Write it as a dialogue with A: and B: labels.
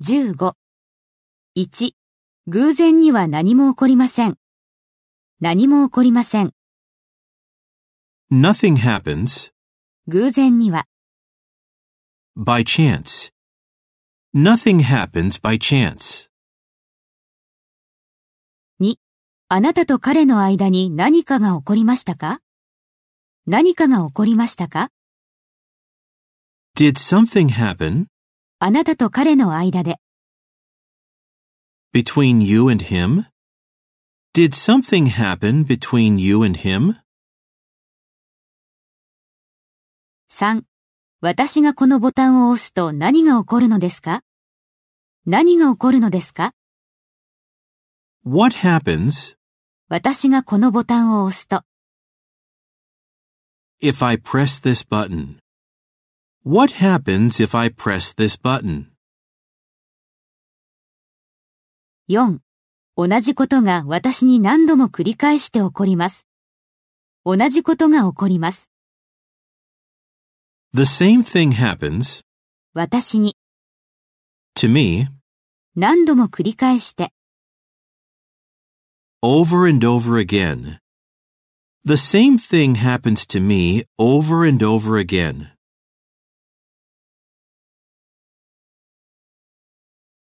A: 15。1、偶然には何も起こりません。何も起こりません。
B: Nothing happens
A: 偶然には。
B: by chance. Nothing happens by chance.
A: あなたと彼の間に何かが起こりましたか何かが起こりましたか
B: Did something happen
A: あなたと彼の間で。
B: between you and him? Did something happen between you and him?
A: 3. 私がこのボタンを押すと何が起こるのですか何が起こるのですか
B: What happens
A: 私がこのボタンを押すと。
B: if I press this button? What happens if I press this button?
A: 4. 同じことが私に何度も繰り返して起こります。同じことが起こります。
B: The same thing happens
A: 私に
B: to me
A: 何度も繰り返して。
B: over and over again. The same thing happens to me over and over again.